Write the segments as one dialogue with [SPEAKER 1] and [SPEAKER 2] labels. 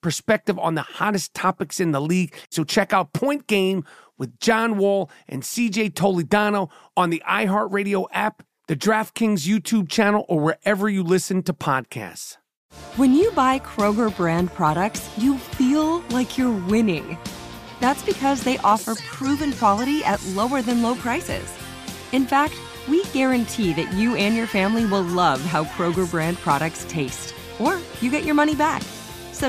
[SPEAKER 1] perspective on the hottest topics in the league. So check out Point Game with John Wall and CJ Toledano on the iHeartRadio app, the DraftKings YouTube channel, or wherever you listen to podcasts.
[SPEAKER 2] When you buy Kroger brand products, you feel like you're winning. That's because they offer proven quality at lower than low prices. In fact, we guarantee that you and your family will love how Kroger brand products taste, or you get your money back. So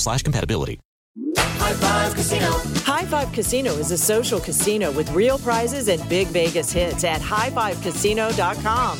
[SPEAKER 3] slash compatibility.
[SPEAKER 4] High Five Casino is a social casino with real prizes and big Vegas hits at highfivecasino.com.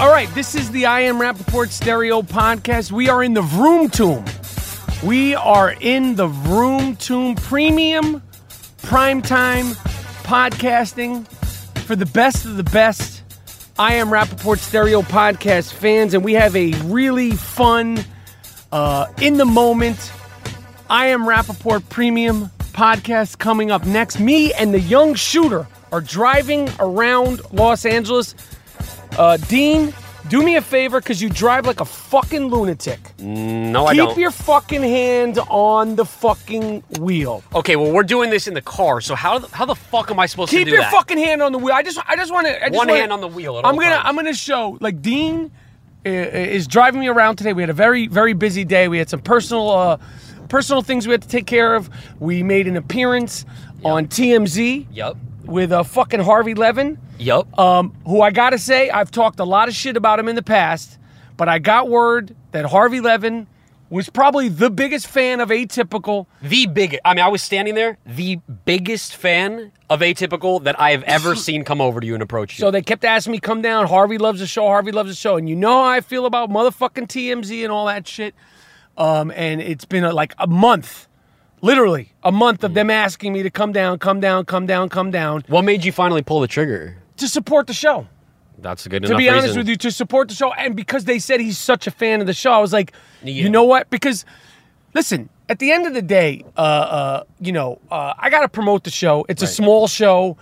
[SPEAKER 1] All right, this is the I Am Rappaport Stereo Podcast. We are in the Vroom Tomb. We are in the Vroom Tomb Premium Primetime Podcasting for the best of the best I Am Rappaport Stereo Podcast fans, and we have a really fun, uh, in the moment, I Am Rappaport Premium podcast coming up next. Me and the young shooter are driving around Los Angeles. Uh, Dean, do me a favor because you drive like a fucking lunatic.
[SPEAKER 5] No, I
[SPEAKER 1] Keep
[SPEAKER 5] don't.
[SPEAKER 1] your fucking hand on the fucking wheel.
[SPEAKER 5] okay, well, we're doing this in the car, so how the, how the fuck am I supposed to
[SPEAKER 1] Keep
[SPEAKER 5] do
[SPEAKER 1] your
[SPEAKER 5] that?
[SPEAKER 1] fucking hand on the wheel. I just, I just want to.
[SPEAKER 5] One hand on the wheel at
[SPEAKER 1] I'm
[SPEAKER 5] all
[SPEAKER 1] gonna,
[SPEAKER 5] times.
[SPEAKER 1] I'm gonna show like Dean i- is driving me around today. We had a very, very busy day. We had some personal, uh, personal things we had to take care of. We made an appearance on TMZ
[SPEAKER 5] Yep.
[SPEAKER 1] with uh, fucking Harvey Levin.
[SPEAKER 5] Yep.
[SPEAKER 1] Um, who I gotta say, I've talked a lot of shit about him in the past, but I got word that Harvey Levin was probably the biggest fan of Atypical.
[SPEAKER 5] the biggest. I mean, I was standing there, the biggest fan of Atypical that I have ever seen come over to you and approach you.
[SPEAKER 1] So they kept asking me, come down. Harvey loves the show. Harvey loves the show. And you know how I feel about motherfucking TMZ and all that shit. Um, and it's been uh like a month, literally a month of them asking me to come down, come down, come down, come down
[SPEAKER 5] what made you finally pull the trigger?
[SPEAKER 1] to support the show.
[SPEAKER 5] That's a good
[SPEAKER 1] to
[SPEAKER 5] enough
[SPEAKER 1] be honest
[SPEAKER 5] reason.
[SPEAKER 1] with you, to support the show, and because they said he's such a fan of the show, I was like,
[SPEAKER 5] Yeah.
[SPEAKER 1] you know what? Because listen, at the end of the day, uh, uh, you know, uh, I gotta promote the show. It's a small show,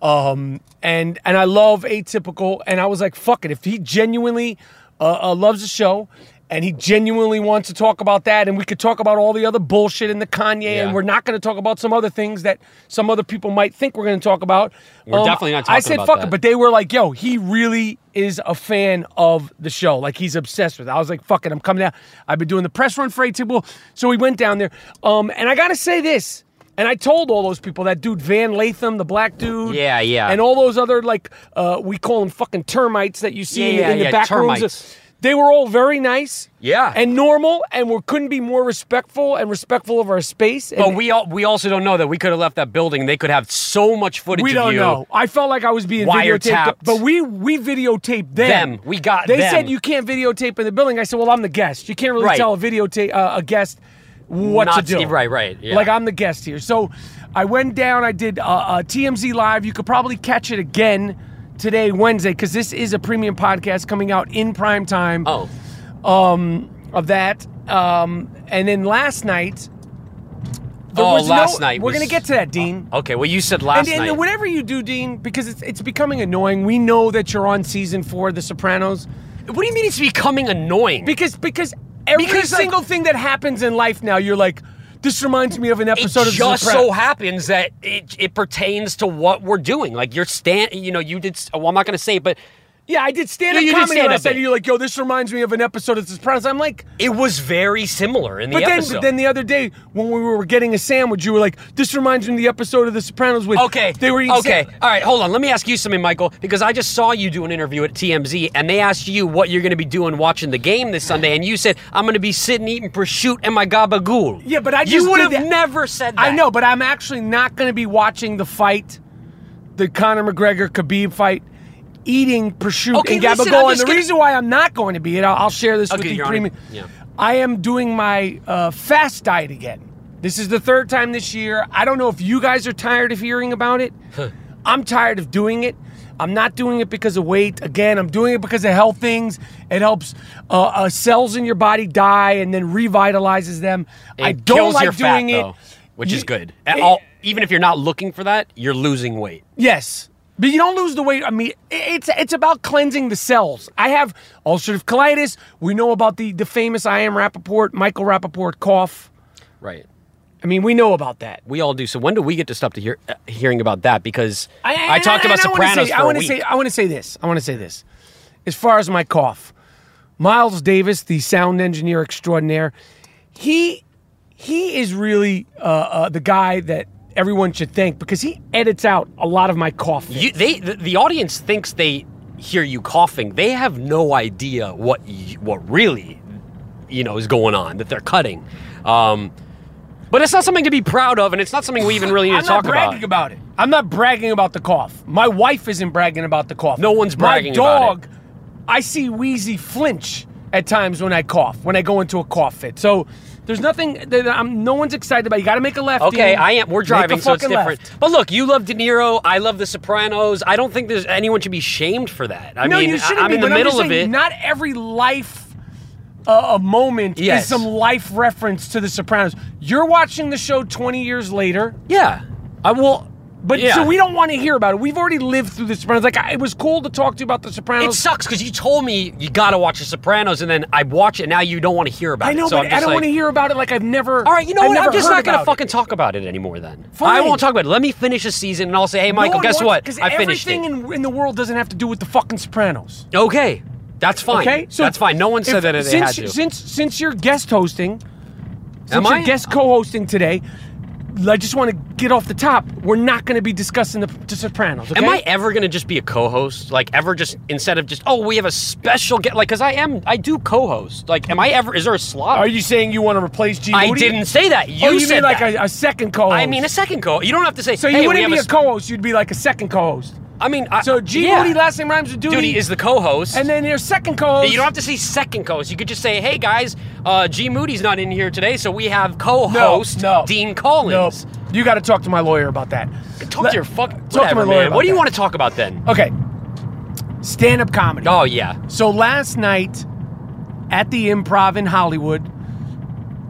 [SPEAKER 1] um, and and I love Atypical, and I was like, fuck it, if he genuinely uh, uh, loves the show. And he genuinely wants to talk about that, and we could talk about all the other bullshit in the Kanye,
[SPEAKER 5] Yeah.
[SPEAKER 1] and we're not going to talk about some other things that some other people might think we're going to talk about. Um,
[SPEAKER 5] We're definitely not
[SPEAKER 1] I
[SPEAKER 5] talking
[SPEAKER 1] said
[SPEAKER 5] about
[SPEAKER 1] fuck it,
[SPEAKER 5] that.
[SPEAKER 1] but they were like, yo, he really is a fan of the show. Like he's obsessed with it. I was like, fuck it, I'm coming down. I've been doing the press run for Atypical. So we went down there. Um, and I gotta say this. And I told all those people that dude Van Latham, the black dude,
[SPEAKER 5] Yeah, yeah.
[SPEAKER 1] and all those other like uh, we call them fucking termites that you see in,
[SPEAKER 5] Yeah,
[SPEAKER 1] in the
[SPEAKER 5] yeah,
[SPEAKER 1] back rooms.
[SPEAKER 5] termites.
[SPEAKER 1] They were all very nice,
[SPEAKER 5] Yeah.
[SPEAKER 1] and normal, and we couldn't be more respectful and respectful of our space.
[SPEAKER 5] but
[SPEAKER 1] and-
[SPEAKER 5] we all, we also don't know that we could have left that building. They could have so much footage.
[SPEAKER 1] We
[SPEAKER 5] of
[SPEAKER 1] don't
[SPEAKER 5] you.
[SPEAKER 1] know. I felt like I was being videotaped,
[SPEAKER 5] Wiretapped.
[SPEAKER 1] but we we videotaped them.
[SPEAKER 5] Them. We got
[SPEAKER 1] They
[SPEAKER 5] them.
[SPEAKER 1] said you can't videotape in the building. I said, well, I'm the guest. You can't really
[SPEAKER 5] Right.
[SPEAKER 1] tell a videotape uh, a guest what
[SPEAKER 5] Not
[SPEAKER 1] to do.
[SPEAKER 5] to- right, right, yeah.
[SPEAKER 1] Like I'm the guest here, so I went down. I did uh, uh, TMZ live. You could probably catch it again today, Wednesday, because this is a premium podcast coming out in prime time
[SPEAKER 5] Oh,
[SPEAKER 1] um, of that. Um, and then last night. there
[SPEAKER 5] Oh,
[SPEAKER 1] was no-
[SPEAKER 5] last night
[SPEAKER 1] We're
[SPEAKER 5] was-
[SPEAKER 1] gonna get to that, Dean.
[SPEAKER 5] okay. Well, you said last
[SPEAKER 1] and, and
[SPEAKER 5] night.
[SPEAKER 1] whatever you do, Dean, because it's, it's becoming annoying. We know that you're on season four of The Sopranos
[SPEAKER 5] what do you mean it's becoming annoying?
[SPEAKER 1] because because every
[SPEAKER 5] Because, like-
[SPEAKER 1] single thing that happens in life now, you're like, this reminds me of an
[SPEAKER 5] it
[SPEAKER 1] episode of The
[SPEAKER 5] just
[SPEAKER 1] Sopranos."
[SPEAKER 5] so happens that it, it pertains to what we're doing. Like you're stand, you know, you did. s- Well, I'm not going to say, it, but
[SPEAKER 1] Yeah, I did stand up
[SPEAKER 5] Yeah, you did
[SPEAKER 1] comedy
[SPEAKER 5] stand-up
[SPEAKER 1] last night.
[SPEAKER 5] bit.
[SPEAKER 1] You're like, yo, this reminds me of an episode of The Sopranos. I'm like,
[SPEAKER 5] it was very similar in the
[SPEAKER 1] but then,
[SPEAKER 5] episode.
[SPEAKER 1] but then the other day when we were getting a sandwich, you were like, this reminds me of the episode of The Sopranos with
[SPEAKER 5] Okay.
[SPEAKER 1] they were eating
[SPEAKER 5] okay.
[SPEAKER 1] sa-
[SPEAKER 5] All right. Hold on. Let me ask you something, Michael, because I just saw you do an interview at TMZ, and they asked you what you're going to be doing watching the game this Sunday, and you said I'm going to be sitting eating prosciutto and my gabagool.
[SPEAKER 1] Yeah, but I just
[SPEAKER 5] you would
[SPEAKER 1] did
[SPEAKER 5] have
[SPEAKER 1] that-
[SPEAKER 5] never said that.
[SPEAKER 1] I know, but I'm actually not going to be watching the fight, the Conor McGregor Khabib fight. Eating prosciutto
[SPEAKER 5] Okay,
[SPEAKER 1] and
[SPEAKER 5] listen,
[SPEAKER 1] gabagool,
[SPEAKER 5] I'm
[SPEAKER 1] and
[SPEAKER 5] just
[SPEAKER 1] the
[SPEAKER 5] gonna-
[SPEAKER 1] reason why I'm not going to be it, I'll, I'll share this with
[SPEAKER 5] Okay,
[SPEAKER 1] you.
[SPEAKER 5] you're on it.
[SPEAKER 1] premium.
[SPEAKER 5] Yeah.
[SPEAKER 1] I am doing my uh, fast diet again. This is the third time this year. I don't know if you guys are tired of hearing about it. I'm tired of doing it. I'm not doing it because of weight. Again, I'm doing it because of health things. It helps uh, uh, cells in your body die and then revitalizes them.
[SPEAKER 5] It
[SPEAKER 1] I don't
[SPEAKER 5] kills
[SPEAKER 1] like
[SPEAKER 5] your fat,
[SPEAKER 1] doing
[SPEAKER 5] though,
[SPEAKER 1] it,
[SPEAKER 5] which is
[SPEAKER 1] You-
[SPEAKER 5] good.
[SPEAKER 1] it-
[SPEAKER 5] All- even if you're not looking for that, you're losing weight.
[SPEAKER 1] Yes, but you don't lose the weight. I mean, i- it's it's about cleansing the cells. I have ulcerative colitis. We know about the the famous I am Rappaport, Michael Rappaport cough.
[SPEAKER 5] Right.
[SPEAKER 1] I mean, we know about that.
[SPEAKER 5] We all do. So when do we get to stop to hear uh, hearing about that? Because I,
[SPEAKER 1] and
[SPEAKER 5] talked about
[SPEAKER 1] and wanna
[SPEAKER 5] Sopranos
[SPEAKER 1] say-
[SPEAKER 5] for
[SPEAKER 1] I
[SPEAKER 5] a
[SPEAKER 1] wanna
[SPEAKER 5] week.
[SPEAKER 1] say I want to say this. I want to say this. As far as my cough, Miles Davis, the sound engineer extraordinaire, he he is really uh, uh, the guy that everyone should thank because he edits out a lot of my cough.
[SPEAKER 5] You, they, the, the audience thinks they hear you coughing. They have no idea what y what really, you know, is going on that they're cutting. Um, but it's not something to be proud of, and it's not something we even really need
[SPEAKER 1] I'm
[SPEAKER 5] to
[SPEAKER 1] not
[SPEAKER 5] talk
[SPEAKER 1] bragging about.
[SPEAKER 5] about.
[SPEAKER 1] it. I'm not bragging about the cough. My wife isn't bragging about the cough.
[SPEAKER 5] No one's
[SPEAKER 1] My
[SPEAKER 5] bragging about
[SPEAKER 1] dog, I see Wheezy flinch at times when I cough, when I go into a cough fit. So there's nothing that I'm. No one's excited about. You got to make a left.
[SPEAKER 5] Okay,
[SPEAKER 1] Ian.
[SPEAKER 5] I am. We're
[SPEAKER 1] Make a
[SPEAKER 5] driving, so it's
[SPEAKER 1] fucking
[SPEAKER 5] different.
[SPEAKER 1] left.
[SPEAKER 5] But look, you love De Niro. I love The Sopranos. I don't think there's anyone should be shamed for that. I
[SPEAKER 1] no,
[SPEAKER 5] mean,
[SPEAKER 1] you shouldn't
[SPEAKER 5] I, am
[SPEAKER 1] be.
[SPEAKER 5] in the
[SPEAKER 1] but
[SPEAKER 5] middle
[SPEAKER 1] I'm just
[SPEAKER 5] of
[SPEAKER 1] saying,
[SPEAKER 5] it.
[SPEAKER 1] Not every life. Uh, a moment
[SPEAKER 5] Yes.
[SPEAKER 1] is some life reference to The Sopranos. You're watching the show 20 years later.
[SPEAKER 5] yeah, I will.
[SPEAKER 1] But
[SPEAKER 5] Yeah.
[SPEAKER 1] so we don't want to hear about it. We've already lived through The Sopranos. Like I, it was cool to talk to you about The
[SPEAKER 5] It
[SPEAKER 1] Sopranos.
[SPEAKER 5] sucks because you told me you gotta watch The Sopranos, and then I watch it. Now you don't want to hear about
[SPEAKER 1] I
[SPEAKER 5] it.
[SPEAKER 1] know,
[SPEAKER 5] so
[SPEAKER 1] but
[SPEAKER 5] I'm
[SPEAKER 1] I
[SPEAKER 5] just
[SPEAKER 1] don't
[SPEAKER 5] like-
[SPEAKER 1] want to hear about it. Like I've never.
[SPEAKER 5] All right, you know
[SPEAKER 1] I've
[SPEAKER 5] what? I'm
[SPEAKER 1] never
[SPEAKER 5] just
[SPEAKER 1] heard
[SPEAKER 5] not gonna
[SPEAKER 1] about
[SPEAKER 5] fucking talk about it anymore. Then I
[SPEAKER 1] Fine.
[SPEAKER 5] won't talk about it. Let me finish the season, and I'll say, hey,
[SPEAKER 1] No
[SPEAKER 5] Michael,
[SPEAKER 1] one
[SPEAKER 5] guess
[SPEAKER 1] wants-
[SPEAKER 5] what?
[SPEAKER 1] 'cause
[SPEAKER 5] I finished
[SPEAKER 1] everything
[SPEAKER 5] it.
[SPEAKER 1] in, in the world doesn't have to do with the fucking Sopranos.
[SPEAKER 5] okay, that's fine.
[SPEAKER 1] Okay,
[SPEAKER 5] that's fine. No one said
[SPEAKER 1] if-
[SPEAKER 5] that they
[SPEAKER 1] since,
[SPEAKER 5] had to.
[SPEAKER 1] Since since you're guest hosting, since
[SPEAKER 5] Am
[SPEAKER 1] you're
[SPEAKER 5] I?
[SPEAKER 1] guest co-hosting today, I just want to get off the top. We're not going to be discussing the, the Sopranos. Okay?
[SPEAKER 5] Am I ever gonna just be a co-host? Like ever just instead of just oh we have a special guest like because I am I do co-host. Like am I ever is there a slot?
[SPEAKER 1] Are you saying you want to replace G?
[SPEAKER 5] I
[SPEAKER 1] Moody?
[SPEAKER 5] didn't say that. You,
[SPEAKER 1] oh, you
[SPEAKER 5] said
[SPEAKER 1] mean like
[SPEAKER 5] that.
[SPEAKER 1] a, a second co-host?
[SPEAKER 5] I mean a second co. You don't have to say.
[SPEAKER 1] so you
[SPEAKER 5] hey, we
[SPEAKER 1] wouldn't
[SPEAKER 5] have
[SPEAKER 1] be a
[SPEAKER 5] sp-
[SPEAKER 1] co-host. You'd be like a second co-host.
[SPEAKER 5] I mean I,
[SPEAKER 1] So G
[SPEAKER 5] yeah.
[SPEAKER 1] Moody last name rhymes with duty,
[SPEAKER 5] duty is the co-host.
[SPEAKER 1] and then your second co-host.
[SPEAKER 5] You don't have to say second co-host. You could just say, "Hey guys, uh, G Moody's not in here today, so we have co-host Dean Collins."
[SPEAKER 1] Nope. You got to talk to my lawyer about that.
[SPEAKER 5] Talk
[SPEAKER 1] Let-
[SPEAKER 5] to your fuck.
[SPEAKER 1] Talk to my lawyer.
[SPEAKER 5] whatever, man.
[SPEAKER 1] about
[SPEAKER 5] What do you
[SPEAKER 1] that. Oh.
[SPEAKER 5] want to talk about then?
[SPEAKER 1] Okay. Stand up comedy.
[SPEAKER 5] Oh yeah,
[SPEAKER 1] So last night at the improv in Hollywood,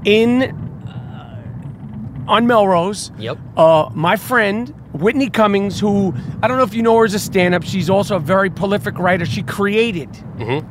[SPEAKER 1] in uh, on Melrose,
[SPEAKER 5] Yep.
[SPEAKER 1] uh, my friend Whitney Cummings, who I don't know if you know her as a stand up, she's also a very prolific writer. She created.
[SPEAKER 5] Mm-hmm.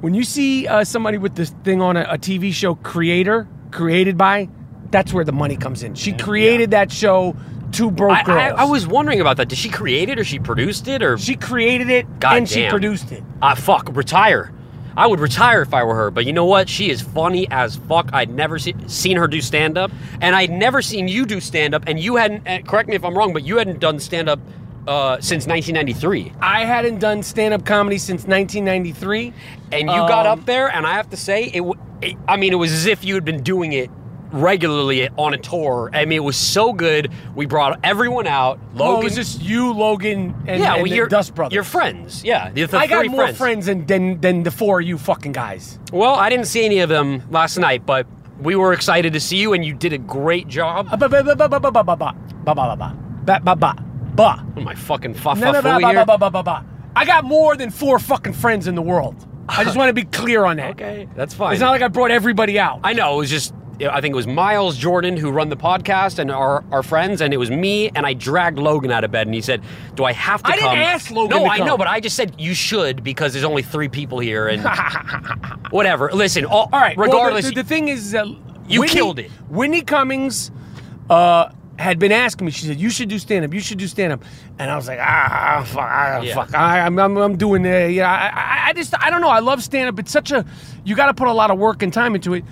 [SPEAKER 1] When you see uh, somebody with this thing on a, a TV show, creator, created by, that's where the money comes in. She created that show, Two Broke
[SPEAKER 5] I, I,
[SPEAKER 1] Girls.
[SPEAKER 5] I was wondering about that. Did she create it or she produced it or
[SPEAKER 1] She created it
[SPEAKER 5] God
[SPEAKER 1] and she
[SPEAKER 5] damn.
[SPEAKER 1] produced it.
[SPEAKER 5] Ah, fuck, retire. I would retire if I were her, but you know what? She is funny as fuck. I'd never see, seen her do stand up, and I'd never seen you do stand up. And you hadn't, and correct me if I'm wrong, but you hadn't done stand up uh, since 1993.
[SPEAKER 1] I hadn't done stand up comedy since 1993.
[SPEAKER 5] And you got
[SPEAKER 1] Um,
[SPEAKER 5] up there, and I have to say, it, w- it. I mean, it was as if you had been doing it regularly on a tour. I mean, it was so good. We brought everyone out.
[SPEAKER 1] Logan.
[SPEAKER 5] Logan,
[SPEAKER 1] Well, Oh, it was just you, Logan, and,
[SPEAKER 5] yeah,
[SPEAKER 1] and
[SPEAKER 5] well,
[SPEAKER 1] the
[SPEAKER 5] you're
[SPEAKER 1] Dust Brothers.
[SPEAKER 5] Your friends, yeah. The, the
[SPEAKER 1] I got
[SPEAKER 5] three
[SPEAKER 1] more friends, than, than than the four of you fucking guys.
[SPEAKER 5] Well, I didn't see any of them last night, but We were excited to see you, and you did a great job.
[SPEAKER 1] Ba ba ba ba ba ba ba ba ba ba ba ba ba ba ba ba.
[SPEAKER 5] My fucking fa
[SPEAKER 1] No,
[SPEAKER 5] fa
[SPEAKER 1] no, ba,
[SPEAKER 5] foo
[SPEAKER 1] ba,
[SPEAKER 5] here.
[SPEAKER 1] ba, ba, ba, ba, ba. I got more than four fucking friends in the world. I just want to be clear on that.
[SPEAKER 5] Okay, that's fine.
[SPEAKER 1] It's not like I brought everybody out.
[SPEAKER 5] I know. It was just. I think it was Miles Jordan who run the podcast and our, our friends, and it was me. And I dragged Logan out of bed, and he said, "Do I have to
[SPEAKER 1] I didn't
[SPEAKER 5] come?"
[SPEAKER 1] ask Logan
[SPEAKER 5] No,
[SPEAKER 1] to
[SPEAKER 5] I
[SPEAKER 1] come.
[SPEAKER 5] know, but I just said you should because there's only three people here, and whatever. Listen, all, all right.
[SPEAKER 1] well, the-
[SPEAKER 5] Regardless,
[SPEAKER 1] the, the thing is, that
[SPEAKER 5] You
[SPEAKER 1] Whitney-
[SPEAKER 5] killed it.
[SPEAKER 1] Whitney Cummings uh, had been asking me. She said, "You should do stand up. You should do stand up." And I was like, "Ah, fuck, ah,
[SPEAKER 5] Yeah.
[SPEAKER 1] fuck. I, I'm, I'm, I'm doing it. Yeah, I, I, I just, I don't know. I love stand up. It's such a, you got to put a lot of work and time into it."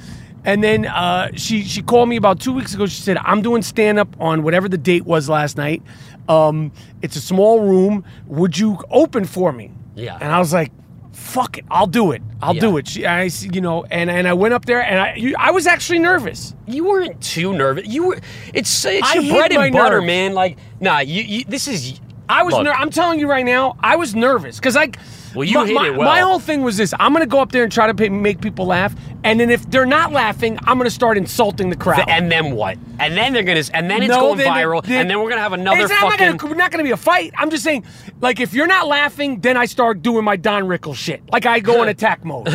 [SPEAKER 1] And then uh, she she called me about two weeks ago. She said, "I'm doing stand up on whatever the date was last night. Um, it's a small room. Would you open for me?"
[SPEAKER 5] Yeah.
[SPEAKER 1] And I was like, "Fuck it, I'll do it. I'll
[SPEAKER 5] Yeah.
[SPEAKER 1] do it." She, I, s- you know, and and I went up there, and I, you, I was actually nervous.
[SPEAKER 5] you weren't too nervous. You were. It's it's
[SPEAKER 1] I
[SPEAKER 5] your
[SPEAKER 1] hid
[SPEAKER 5] bread
[SPEAKER 1] my
[SPEAKER 5] and butter,
[SPEAKER 1] nerves.
[SPEAKER 5] man. Like, nah. You, you this is.
[SPEAKER 1] I was.
[SPEAKER 5] Look.
[SPEAKER 1] Ner- I'm telling you right now, I was nervous because like.
[SPEAKER 5] Well, you
[SPEAKER 1] my,
[SPEAKER 5] hit
[SPEAKER 1] my-
[SPEAKER 5] it well.
[SPEAKER 1] my whole thing was this: I'm going to go up there and try to pay, make people laugh, and then if they're not laughing, I'm going to start insulting the crowd.
[SPEAKER 5] and then what? And then they're gonna. And then it's
[SPEAKER 1] No,
[SPEAKER 5] going
[SPEAKER 1] then they-
[SPEAKER 5] viral.
[SPEAKER 1] they-
[SPEAKER 5] and then we're gonna have another
[SPEAKER 1] It's not-
[SPEAKER 5] fucking.
[SPEAKER 1] Not gonna, we're not going to be a fight. I'm just saying, like, if you're not laughing, then I start doing my Don Rickles shit. Like, I go in attack mode.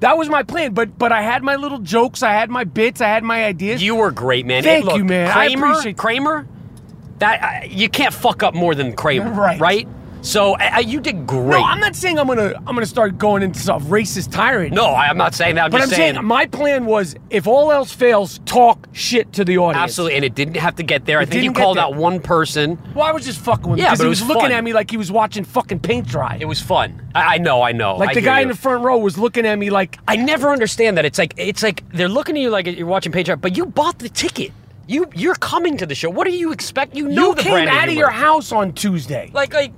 [SPEAKER 1] that was my plan. But but I had my little jokes. I had my bits. I had my ideas.
[SPEAKER 5] You were great, man.
[SPEAKER 1] Thank
[SPEAKER 5] Look,
[SPEAKER 1] you, man. I
[SPEAKER 5] Kramer,
[SPEAKER 1] appreciate-
[SPEAKER 5] Kramer. That uh, you can't fuck up more than Kramer,
[SPEAKER 1] Right.
[SPEAKER 5] So uh, you did great.
[SPEAKER 1] no, I'm not saying I'm gonna I'm gonna start going into some racist tirade.
[SPEAKER 5] No, I- I'm not saying that. I'm
[SPEAKER 1] but
[SPEAKER 5] just
[SPEAKER 1] I'm saying, my plan was if all else fails, talk shit to the audience.
[SPEAKER 5] absolutely, and it didn't have to get there. I
[SPEAKER 1] It
[SPEAKER 5] think you
[SPEAKER 1] didn't get
[SPEAKER 5] called
[SPEAKER 1] there.
[SPEAKER 5] out one person.
[SPEAKER 1] Well, I was just fucking with him
[SPEAKER 5] Yeah,
[SPEAKER 1] because
[SPEAKER 5] but
[SPEAKER 1] he
[SPEAKER 5] it
[SPEAKER 1] was,
[SPEAKER 5] was
[SPEAKER 1] looking
[SPEAKER 5] fun.
[SPEAKER 1] at me like he was watching fucking paint dry.
[SPEAKER 5] It was fun. I, I know. I know.
[SPEAKER 1] like
[SPEAKER 5] I
[SPEAKER 1] the
[SPEAKER 5] hear
[SPEAKER 1] guy
[SPEAKER 5] you.
[SPEAKER 1] in the front row was looking at me like
[SPEAKER 5] I never understand that. It's like it's like they're looking at you like you're watching Patreon, but you bought the ticket. You you're coming to the show. What do you expect? You know
[SPEAKER 1] you
[SPEAKER 5] the
[SPEAKER 1] came
[SPEAKER 5] brand
[SPEAKER 1] out of
[SPEAKER 5] humor.
[SPEAKER 1] your house on Tuesday.
[SPEAKER 5] Like like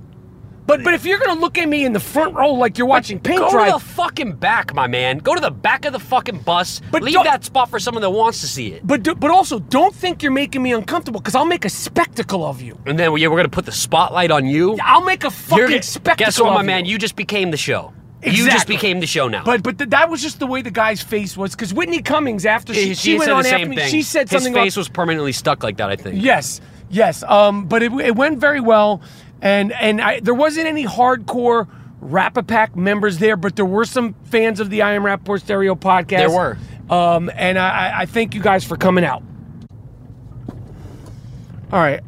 [SPEAKER 1] But but if you're gonna look at me in the front row like you're watching paint
[SPEAKER 5] go
[SPEAKER 1] dry,
[SPEAKER 5] to the fucking back, my man. Go to the back of the fucking bus.
[SPEAKER 1] But
[SPEAKER 5] leave
[SPEAKER 1] don't-
[SPEAKER 5] that spot for someone that wants to see it.
[SPEAKER 1] but do, but also don't think you're making me uncomfortable because I'll make a spectacle of you.
[SPEAKER 5] And then yeah, we're gonna put the spotlight on you.
[SPEAKER 1] I'll make a fucking
[SPEAKER 5] You're gonna-
[SPEAKER 1] spectacle.
[SPEAKER 5] Guess what,
[SPEAKER 1] of
[SPEAKER 5] my
[SPEAKER 1] you.
[SPEAKER 5] man? You just became the show. You just
[SPEAKER 1] Exactly.
[SPEAKER 5] became the show now.
[SPEAKER 1] But but th- that was just the way the guy's face was because Whitney Cummings after she,
[SPEAKER 5] she,
[SPEAKER 1] she went
[SPEAKER 5] said
[SPEAKER 1] on
[SPEAKER 5] the
[SPEAKER 1] after
[SPEAKER 5] same
[SPEAKER 1] me,
[SPEAKER 5] thing.
[SPEAKER 1] she said something
[SPEAKER 5] His face
[SPEAKER 1] like,
[SPEAKER 5] was permanently stuck like that. I think.
[SPEAKER 1] Yes, yes. Um, but it, it went very well, and and I, there wasn't any hardcore Rapapack members there, but there were some fans of the I Am Rapport Stereo podcast.
[SPEAKER 5] There were.
[SPEAKER 1] um, and I, I- I thank you guys for coming out. All right,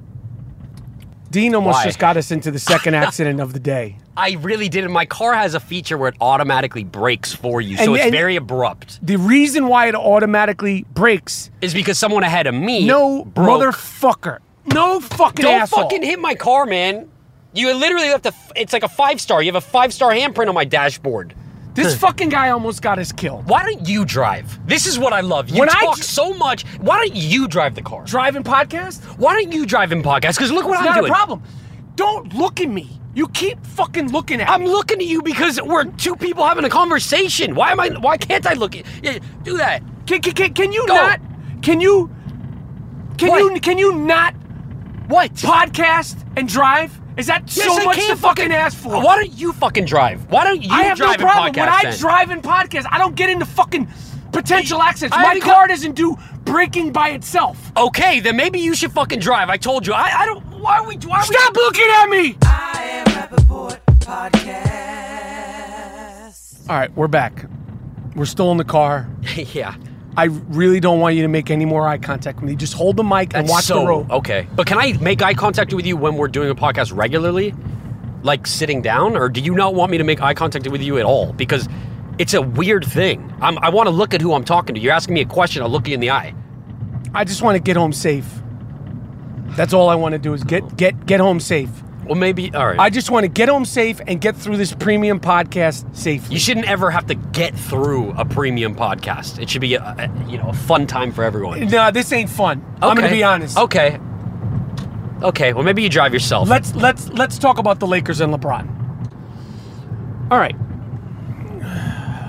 [SPEAKER 1] Dean almost
[SPEAKER 5] Why?
[SPEAKER 1] just got us into the second accident of the day.
[SPEAKER 5] I really did. My car has a feature where it automatically brakes for you, so
[SPEAKER 1] And-
[SPEAKER 5] it's
[SPEAKER 1] and-
[SPEAKER 5] very abrupt.
[SPEAKER 1] The reason why it automatically breaks,
[SPEAKER 5] Is because someone ahead of me.
[SPEAKER 1] no
[SPEAKER 5] broke.
[SPEAKER 1] motherfucker, no fucking
[SPEAKER 5] Don't
[SPEAKER 1] asshole.
[SPEAKER 5] fucking hit my car, man. You literally left a. f- It's like a five star. You have a five star handprint on my dashboard.
[SPEAKER 1] This fucking guy almost got us killed.
[SPEAKER 5] Why don't you drive? This is what I love. You
[SPEAKER 1] When I
[SPEAKER 5] talk
[SPEAKER 1] dr-
[SPEAKER 5] so much. Why don't you drive the car?
[SPEAKER 1] Driving podcast?
[SPEAKER 5] Why don't you drive in podcast? Because look what
[SPEAKER 1] It's
[SPEAKER 5] I'm
[SPEAKER 1] not
[SPEAKER 5] doing.
[SPEAKER 1] a problem. Don't look at me. You keep fucking looking at
[SPEAKER 5] I'm
[SPEAKER 1] me.
[SPEAKER 5] looking at you because we're two people having a conversation. Why am I? Why can't I look at? Yeah, do that.
[SPEAKER 1] Can, can, can, can you
[SPEAKER 5] Go.
[SPEAKER 1] not? Can you? Can
[SPEAKER 5] What?
[SPEAKER 1] you? Can you not
[SPEAKER 5] What?
[SPEAKER 1] podcast and drive? Is that so
[SPEAKER 5] I
[SPEAKER 1] much to
[SPEAKER 5] can
[SPEAKER 1] fucking ask for?
[SPEAKER 5] Why don't you fucking drive? Why don't you
[SPEAKER 1] I have no
[SPEAKER 5] drive in
[SPEAKER 1] problem
[SPEAKER 5] podcast?
[SPEAKER 1] when I
[SPEAKER 5] then?
[SPEAKER 1] drive in podcast. I don't get into fucking potential accidents.
[SPEAKER 5] I
[SPEAKER 1] My
[SPEAKER 5] haven't got-
[SPEAKER 1] car doesn't do braking by itself.
[SPEAKER 5] Okay, then maybe you should fucking drive. I told you. I, I don't. Why are we? Why are
[SPEAKER 1] Stop
[SPEAKER 5] we,
[SPEAKER 1] looking at me.
[SPEAKER 6] I am Rappaport Podcast.
[SPEAKER 1] All right, we're back. We're still in the car.
[SPEAKER 5] yeah.
[SPEAKER 1] I really don't want you to make any more eye contact with me. Just hold the mic and
[SPEAKER 5] That's
[SPEAKER 1] watch
[SPEAKER 5] so, Oh.
[SPEAKER 1] the road.
[SPEAKER 5] Okay. But can I make eye contact with you when we're doing a podcast regularly? Like sitting down? Or do you not want me to make eye contact with you at all? Because it's a weird thing. I'm, I want to look at who I'm talking to. You're asking me a question, I'll look you in the eye.
[SPEAKER 1] I just want to get home safe. That's all I want to do is get get get home safe.
[SPEAKER 5] Well, maybe. All right.
[SPEAKER 1] I just want to get home safe and get through this premium podcast safely.
[SPEAKER 5] you shouldn't ever have to get through a premium podcast. It should be, a, a, you know, a fun time for everyone.
[SPEAKER 1] no, this ain't fun. I'm gonna
[SPEAKER 5] Okay.
[SPEAKER 1] be honest.
[SPEAKER 5] Okay. Okay. Well, maybe you drive yourself.
[SPEAKER 1] Let's let's let's talk about the Lakers and LeBron. All right.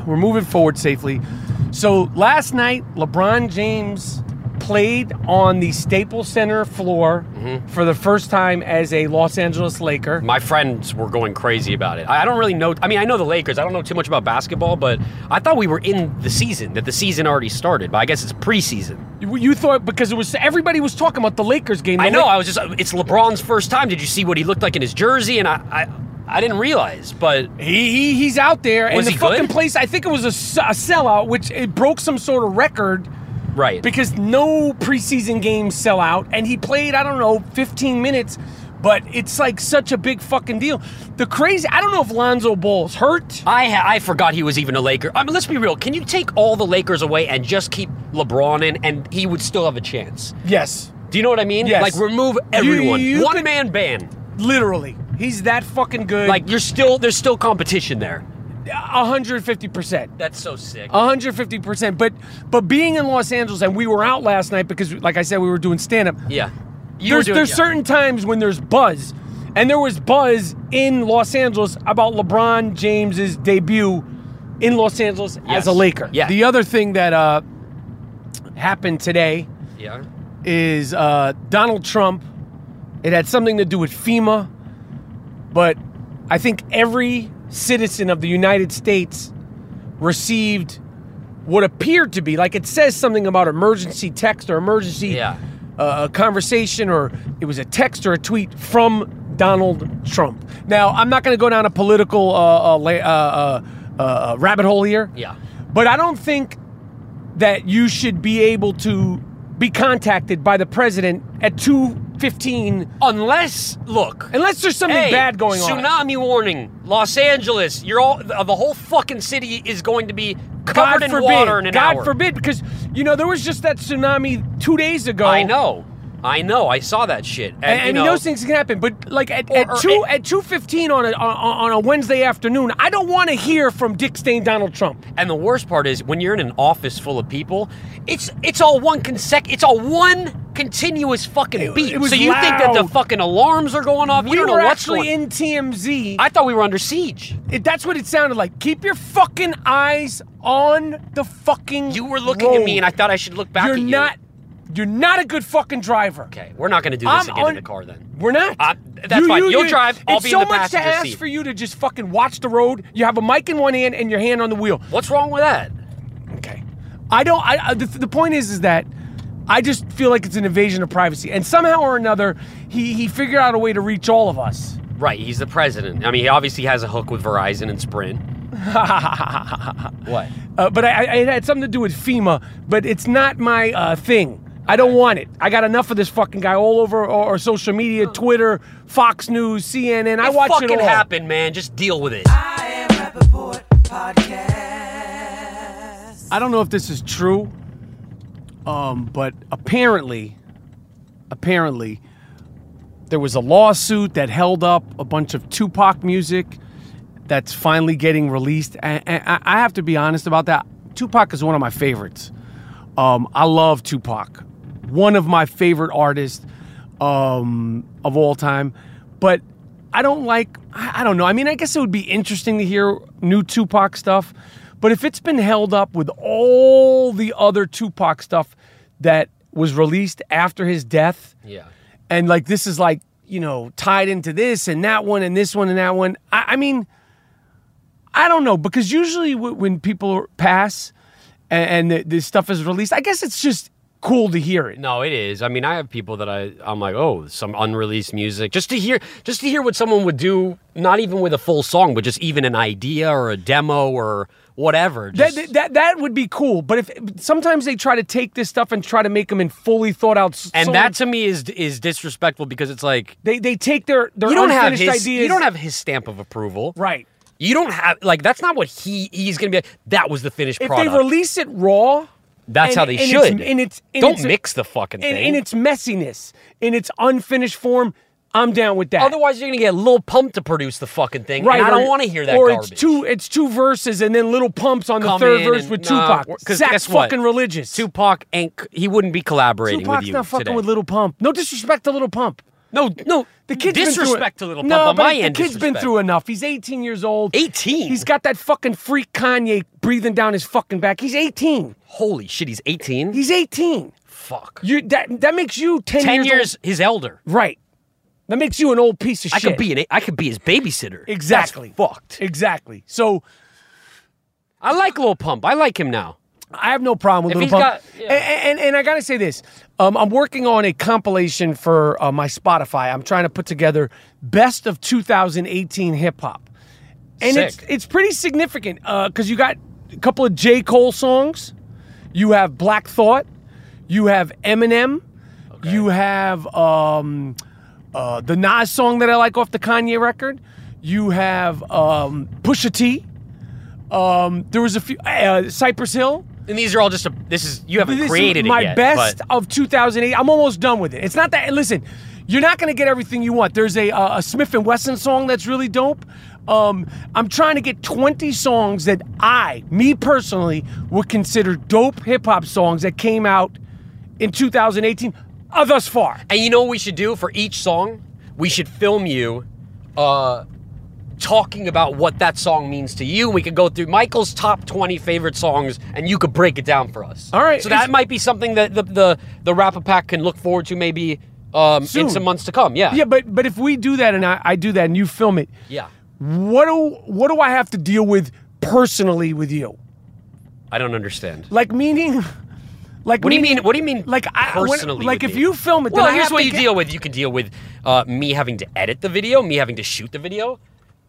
[SPEAKER 1] We're moving forward safely. So last night, LeBron James played on the Staples Center floor
[SPEAKER 5] Mm-hmm.
[SPEAKER 1] for the first time as a Los Angeles Laker.
[SPEAKER 5] My friends were going crazy about it. I I don't really know. I mean, I know the Lakers. I don't know too much about basketball, but I thought we were in the season, that the season already started. But I guess it's preseason.
[SPEAKER 1] You, you thought because it was everybody was talking about the Lakers game. the
[SPEAKER 5] I know.
[SPEAKER 1] Lak-
[SPEAKER 5] I was just. uh, It's LeBron's first time. Did you see what he looked like in his jersey? And I, I, I didn't realize. But
[SPEAKER 1] He, he he's out there, and
[SPEAKER 5] Was
[SPEAKER 1] the
[SPEAKER 5] he
[SPEAKER 1] fucking
[SPEAKER 5] good?
[SPEAKER 1] place. I think it was a, s- a sellout, which it broke some sort of record
[SPEAKER 5] right,
[SPEAKER 1] because no preseason games sell out, and he played I don't know 15 minutes, but it's like such a big fucking deal. The crazy. I don't know if Lonzo Ball's hurt.
[SPEAKER 5] I ha- I forgot he was even a Laker. I mean, let's be real. Can you take all the Lakers away and just keep LeBron in, and he would still have a chance?
[SPEAKER 1] Yes,
[SPEAKER 5] Do you know what I mean?
[SPEAKER 1] Yes.
[SPEAKER 5] Like remove everyone. One man band.
[SPEAKER 1] literally, he's that fucking good.
[SPEAKER 5] Like you're still there's still competition there.
[SPEAKER 1] 150 percent.
[SPEAKER 5] That's so sick.
[SPEAKER 1] 150%. But but being in Los Angeles and we were out last night because like I said we were doing stand up.
[SPEAKER 5] yeah. You were
[SPEAKER 1] There's
[SPEAKER 5] doing-
[SPEAKER 1] there's
[SPEAKER 5] yeah.
[SPEAKER 1] certain times when there's buzz. And there was buzz in Los Angeles about LeBron James's debut in Los Angeles as
[SPEAKER 5] Yes.
[SPEAKER 1] a Laker.
[SPEAKER 5] Yeah.
[SPEAKER 1] The other thing that uh, happened today
[SPEAKER 5] Yeah.
[SPEAKER 1] is uh, Donald Trump. It had something to do with FEMA, but I think every citizen of the United States received what appeared to be like it says something about emergency text or emergency
[SPEAKER 5] Yeah.
[SPEAKER 1] uh, conversation, or it was a text or a tweet from Donald Trump. Now, I'm not going to go down a political uh, uh, la- uh, uh, uh, rabbit hole here.
[SPEAKER 5] Yeah.
[SPEAKER 1] But I don't think that you should be able to be contacted by the president at 2:15
[SPEAKER 5] Unless look.
[SPEAKER 1] unless there's something
[SPEAKER 5] hey,
[SPEAKER 1] bad going on.
[SPEAKER 5] Tsunami warning. Los Angeles. You're all the the whole fucking city is going to be covered
[SPEAKER 1] God
[SPEAKER 5] in
[SPEAKER 1] forbid.
[SPEAKER 5] water in an
[SPEAKER 1] God
[SPEAKER 5] hour.
[SPEAKER 1] forbid because you know there was just that tsunami 2 days ago.
[SPEAKER 5] I know. I know. I saw that shit. And,
[SPEAKER 1] And, I
[SPEAKER 5] you
[SPEAKER 1] mean,
[SPEAKER 5] know,
[SPEAKER 1] those things can happen, but like at,
[SPEAKER 5] Or-
[SPEAKER 1] at
[SPEAKER 5] or
[SPEAKER 1] two
[SPEAKER 5] it-
[SPEAKER 1] at two fifteen on a on, on a Wednesday afternoon, I don't want to hear from Dick Stain Donald Trump.
[SPEAKER 5] And the worst part is when you're in an office full of people, it's it's all one consec it's all one continuous fucking beat.
[SPEAKER 1] it was
[SPEAKER 5] so you think that the
[SPEAKER 1] loud.
[SPEAKER 5] fucking alarms are going off?
[SPEAKER 1] we
[SPEAKER 5] you don't
[SPEAKER 1] were
[SPEAKER 5] know what's
[SPEAKER 1] actually
[SPEAKER 5] going.
[SPEAKER 1] in TMZ.
[SPEAKER 5] I thought we were under siege.
[SPEAKER 1] It, that's what it sounded like. Keep your fucking eyes on the fucking.
[SPEAKER 5] You were looking at me, and I thought I should look back
[SPEAKER 1] You're
[SPEAKER 5] at you.
[SPEAKER 1] not. You're not a good fucking driver.
[SPEAKER 5] Okay, we're not going to do this
[SPEAKER 1] I'm
[SPEAKER 5] again
[SPEAKER 1] on-
[SPEAKER 5] in the car then.
[SPEAKER 1] We're not.
[SPEAKER 5] Uh, that's fine. You'll drive. I'll
[SPEAKER 1] it's
[SPEAKER 5] be
[SPEAKER 1] so
[SPEAKER 5] in the
[SPEAKER 1] much to
[SPEAKER 5] passenger
[SPEAKER 1] ask
[SPEAKER 5] seat.
[SPEAKER 1] for you to just fucking watch the road. You have a mic in one hand and your hand on the wheel.
[SPEAKER 5] What's wrong with that?
[SPEAKER 1] Okay. I don't. I, I- the, the point is, is that I just feel like it's an invasion of privacy, and somehow or another, he he figured out a way to reach all of us.
[SPEAKER 5] Right, he's the president. I mean, he obviously has a hook with Verizon and Sprint. what?
[SPEAKER 1] Uh, but I, I, it had something to do with FEMA, but it's not my uh, thing. I don't want it. I got enough of this fucking guy all over our, our social media, Twitter, Fox News, CNN. I
[SPEAKER 5] it
[SPEAKER 1] watch
[SPEAKER 5] fucking
[SPEAKER 1] it all.
[SPEAKER 5] happened, man. Just deal with it.
[SPEAKER 6] I am Rappaport Podcast.
[SPEAKER 1] I don't know if this is true, um, but apparently, apparently, there was a lawsuit that held up a bunch of Tupac music that's finally getting released. And, and I I have to be honest about that. Tupac is one of my favorites. Um, I love Tupac, one of my favorite artists um, of all time. But I don't like, I, I don't know. I mean, I guess it would be interesting to hear new Tupac stuff. But if it's been held up with all the other Tupac stuff that was released after his death,
[SPEAKER 5] Yeah.
[SPEAKER 1] and like this is like you know tied into this and that one and this one and that one i, I mean i don't know because usually w- when people pass and, and th- this stuff is released i guess it's just cool to hear it
[SPEAKER 5] No, it is. I mean, I have people that I I'm like, oh, some unreleased music, just to hear, just to hear what someone would do, not even with a full song, but just even an idea or a demo or whatever.
[SPEAKER 1] that,
[SPEAKER 5] Just,
[SPEAKER 1] that- that that would be cool but if sometimes they try to take this stuff and try to make them in fully thought out s-
[SPEAKER 5] and
[SPEAKER 1] songs.
[SPEAKER 5] that to me is is disrespectful because it's like
[SPEAKER 1] they they take their their
[SPEAKER 5] you don't have
[SPEAKER 1] unfinished
[SPEAKER 5] his
[SPEAKER 1] ideas
[SPEAKER 5] you don't have his stamp of approval,
[SPEAKER 1] right
[SPEAKER 5] You don't have like that's not what he he's gonna be. like, that was the finished
[SPEAKER 1] if
[SPEAKER 5] product.
[SPEAKER 1] they release it raw
[SPEAKER 5] that's
[SPEAKER 1] and-
[SPEAKER 5] how they
[SPEAKER 1] and
[SPEAKER 5] should.
[SPEAKER 1] it's, and it's and
[SPEAKER 5] don't
[SPEAKER 1] it's-
[SPEAKER 5] mix the fucking
[SPEAKER 1] in,
[SPEAKER 5] thing.
[SPEAKER 1] in its messiness, in its unfinished form, I'm down with that.
[SPEAKER 5] Otherwise, you're gonna get Lil Pump to produce the fucking thing.
[SPEAKER 1] right?
[SPEAKER 5] and I don't
[SPEAKER 1] or-
[SPEAKER 5] want to hear that
[SPEAKER 1] Or
[SPEAKER 5] garbage.
[SPEAKER 1] it's two, it's two verses and then little pumps on the
[SPEAKER 5] come
[SPEAKER 1] third
[SPEAKER 5] in
[SPEAKER 1] verse
[SPEAKER 5] and-
[SPEAKER 1] with
[SPEAKER 5] nah,
[SPEAKER 1] Tupac.
[SPEAKER 5] we're-
[SPEAKER 1] Zach's
[SPEAKER 5] guess what?
[SPEAKER 1] fucking religious.
[SPEAKER 5] Tupac ain't. c- He wouldn't be collaborating
[SPEAKER 1] Tupac's
[SPEAKER 5] with you
[SPEAKER 1] not fucking
[SPEAKER 5] today.
[SPEAKER 1] with Little Pump. No disrespect to Little Pump.
[SPEAKER 5] No, no.
[SPEAKER 1] The kid's been through it.
[SPEAKER 5] disrespect to Little Pump
[SPEAKER 1] no,
[SPEAKER 5] on
[SPEAKER 1] but
[SPEAKER 5] my
[SPEAKER 1] the
[SPEAKER 5] end.
[SPEAKER 1] kid's been
[SPEAKER 5] disrespect.
[SPEAKER 1] through enough. He's 18 years old.
[SPEAKER 5] 18?
[SPEAKER 1] He's got that fucking freak Kanye breathing down his fucking back. He's 18.
[SPEAKER 5] Holy shit, he's 18.
[SPEAKER 1] He's 18.
[SPEAKER 5] fuck.
[SPEAKER 1] You that that makes you 10,
[SPEAKER 5] 10
[SPEAKER 1] years,
[SPEAKER 5] years his elder.
[SPEAKER 1] old. right. That makes you an old piece of
[SPEAKER 5] I
[SPEAKER 1] shit.
[SPEAKER 5] could be an I could be his babysitter.
[SPEAKER 1] exactly
[SPEAKER 5] That's fucked.
[SPEAKER 1] Exactly. So
[SPEAKER 5] I like Lil Pump. I like him now.
[SPEAKER 1] I have no problem with
[SPEAKER 5] If
[SPEAKER 1] Little
[SPEAKER 5] he's
[SPEAKER 1] Pump.
[SPEAKER 5] got-
[SPEAKER 1] A-
[SPEAKER 5] yeah.
[SPEAKER 1] a- and, and, I gotta say this, um, I'm working on a compilation for uh, my Spotify. I'm trying to put together best of 2018 hip hop, and
[SPEAKER 5] Sick.
[SPEAKER 1] it's it's pretty significant because you got a couple of J Cole songs, you have Black Thought, you have Eminem, you have um, uh, the Nas song that I like off the Kanye record, you have um, Pusha T. Um, there was a few uh, Cypress Hill.
[SPEAKER 5] And these are all just a this is you haven't
[SPEAKER 1] This is
[SPEAKER 5] created
[SPEAKER 1] my
[SPEAKER 5] it yet.
[SPEAKER 1] best
[SPEAKER 5] but-
[SPEAKER 1] of 2008. I'm almost done with it. It's not that. Listen, you're not going to get everything you want. There's a, uh, a Smith and Wesson song that's really dope. Um, I'm trying to get 20 songs that I, me personally, would consider dope hip hop songs that came out in 2018 uh, thus far.
[SPEAKER 5] And you know what we should do for each song? We should film you uh talking about what that song means to you. We could go through Michael's top 20 favorite songs and you could break it down for us.
[SPEAKER 1] All right,
[SPEAKER 5] So
[SPEAKER 1] it's-
[SPEAKER 5] that might be something that the the the Rapper Pack can look forward to maybe um, in
[SPEAKER 1] Soon.
[SPEAKER 5] some months to come. Yeah.
[SPEAKER 1] Yeah, but but if we do that and I, I do that and you film it,
[SPEAKER 5] Yeah.
[SPEAKER 1] what do what do I have to deal with personally with you?
[SPEAKER 5] I don't understand.
[SPEAKER 1] Like meaning, like
[SPEAKER 5] What do you
[SPEAKER 1] meaning-
[SPEAKER 5] mean? What do you mean?
[SPEAKER 1] Like I when-
[SPEAKER 5] personally,
[SPEAKER 1] like
[SPEAKER 5] with
[SPEAKER 1] if
[SPEAKER 5] me?
[SPEAKER 1] you film it, then
[SPEAKER 5] Well,
[SPEAKER 1] I
[SPEAKER 5] here's
[SPEAKER 1] have
[SPEAKER 5] what
[SPEAKER 1] to
[SPEAKER 5] you
[SPEAKER 1] get-
[SPEAKER 5] deal with. You can deal with uh, me having to edit the video, me having to shoot the video,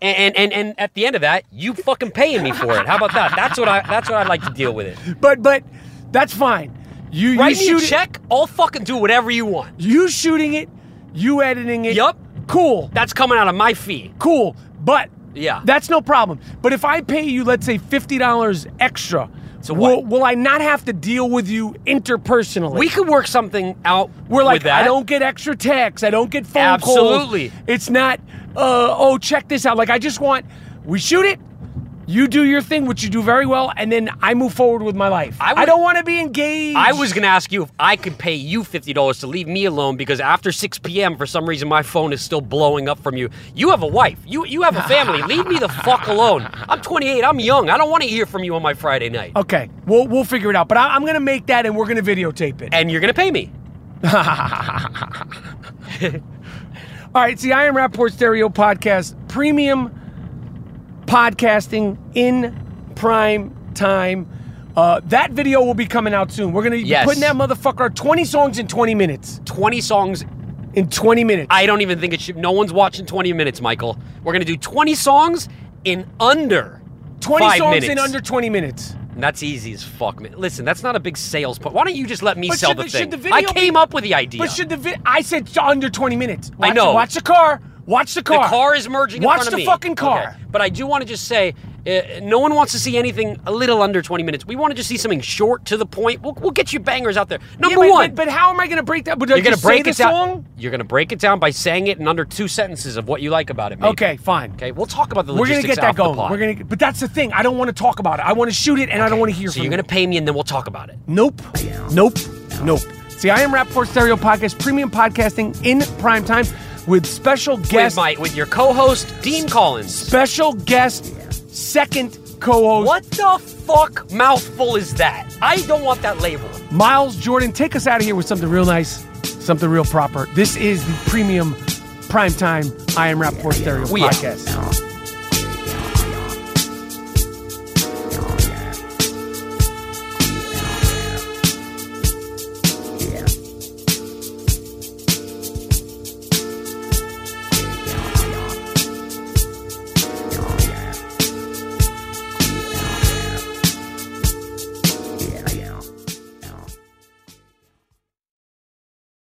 [SPEAKER 5] and and and, and at the end of that, you fucking paying me for it. How about that? That's what I. That's what I like to deal with it.
[SPEAKER 1] But but that's fine. You
[SPEAKER 5] Write
[SPEAKER 1] you
[SPEAKER 5] me a
[SPEAKER 1] shoot it-
[SPEAKER 5] check. I'll fucking do whatever you want.
[SPEAKER 1] you shooting it, you editing it.
[SPEAKER 5] Yup.
[SPEAKER 1] Cool.
[SPEAKER 5] That's coming out of my fee.
[SPEAKER 1] cool. But
[SPEAKER 5] Yeah.
[SPEAKER 1] that's no problem. But if I pay you, let's say fifty dollars extra,
[SPEAKER 5] So
[SPEAKER 1] will,
[SPEAKER 5] what?
[SPEAKER 1] will I not have to deal with you interpersonally?
[SPEAKER 5] We could work something out.
[SPEAKER 1] We're like,
[SPEAKER 5] with that.
[SPEAKER 1] I don't get extra texts. I don't get phone calls.
[SPEAKER 5] Absolutely.
[SPEAKER 1] It's not, uh, oh, check this out. Like, I just want, we shoot it, you do your thing, which you do very well, and then I move forward with my life.
[SPEAKER 5] I
[SPEAKER 1] I,
[SPEAKER 5] would-
[SPEAKER 1] don't want to be engaged.
[SPEAKER 5] I was gonna ask you if I could pay you fifty dollars to leave me alone because after six p.m. for some reason my phone is still blowing up from you. You have a wife. You you have a family. leave me the fuck alone. I'm 28. I'm young. I don't want to hear from you on my Friday night.
[SPEAKER 1] Okay, we'll, we'll figure it out. But I, I'm going to make that and we're going to videotape it.
[SPEAKER 5] And you're gonna pay me.
[SPEAKER 1] All right, it's the Iron Rapport Stereo Podcast, premium podcasting in prime time. Uh, that video will be coming out soon. We're going to be
[SPEAKER 5] Yes.
[SPEAKER 1] putting that motherfucker 20 songs in 20 minutes.
[SPEAKER 5] 20 songs.
[SPEAKER 1] In 20 minutes.
[SPEAKER 5] I don't even think it should. No one's watching 20 minutes, Michael. We're gonna do 20 songs in under
[SPEAKER 1] 20
[SPEAKER 5] five
[SPEAKER 1] songs
[SPEAKER 5] minutes.
[SPEAKER 1] in under 20 minutes.
[SPEAKER 5] And that's easy as fuck. man. Listen, that's not a big sales point. Why don't you just let me
[SPEAKER 1] But
[SPEAKER 5] sell
[SPEAKER 1] should
[SPEAKER 5] the,
[SPEAKER 1] the-
[SPEAKER 5] thing?
[SPEAKER 1] should the
[SPEAKER 5] I
[SPEAKER 1] video be-
[SPEAKER 5] came up with the idea.
[SPEAKER 1] But should the vi- I said t- under 20 minutes.
[SPEAKER 5] I
[SPEAKER 1] Watch,
[SPEAKER 5] know.
[SPEAKER 1] Watch the car. Watch the car.
[SPEAKER 5] The car is merging.
[SPEAKER 1] Watch
[SPEAKER 5] in front
[SPEAKER 1] the
[SPEAKER 5] of me.
[SPEAKER 1] fucking car.
[SPEAKER 5] Okay. But I do want to just say, uh, no one wants to see anything a little under 20 minutes. We want to just see something short to the point. We'll, we'll get you bangers out there.
[SPEAKER 1] Yeah,
[SPEAKER 5] Number
[SPEAKER 1] but,
[SPEAKER 5] one,
[SPEAKER 1] But, but how am I going to break that? Would I
[SPEAKER 5] you're gonna
[SPEAKER 1] just
[SPEAKER 5] break
[SPEAKER 1] say
[SPEAKER 5] it
[SPEAKER 1] the
[SPEAKER 5] down.
[SPEAKER 1] song?
[SPEAKER 5] You're gonna break it down by saying it in under two sentences of what you like about it. maybe.
[SPEAKER 1] Okay, fine.
[SPEAKER 5] Okay, we'll talk about the
[SPEAKER 1] We're gonna
[SPEAKER 5] logistics
[SPEAKER 1] get that
[SPEAKER 5] after the
[SPEAKER 1] going.
[SPEAKER 5] pod.
[SPEAKER 1] We're gonna, but that's the thing. I don't want to talk about it. I want to shoot it, and I don't want to hear
[SPEAKER 5] So
[SPEAKER 1] from
[SPEAKER 5] you're
[SPEAKER 1] you.
[SPEAKER 5] gonna pay me, and then we'll talk about it.
[SPEAKER 1] Nope. Nope. Nope. See, I am Rapport Stereo Podcast, premium podcasting in prime time with special
[SPEAKER 5] With
[SPEAKER 1] guest,
[SPEAKER 5] my with your co-host Dean Collins.
[SPEAKER 1] special guest, second co-host.
[SPEAKER 5] What the fuck mouthful is that? I don't want that label.
[SPEAKER 1] Miles Jordan, take us out of here with something real nice, something real proper. This is the premium primetime I Am Rapport Stereo
[SPEAKER 5] We out.
[SPEAKER 1] podcast.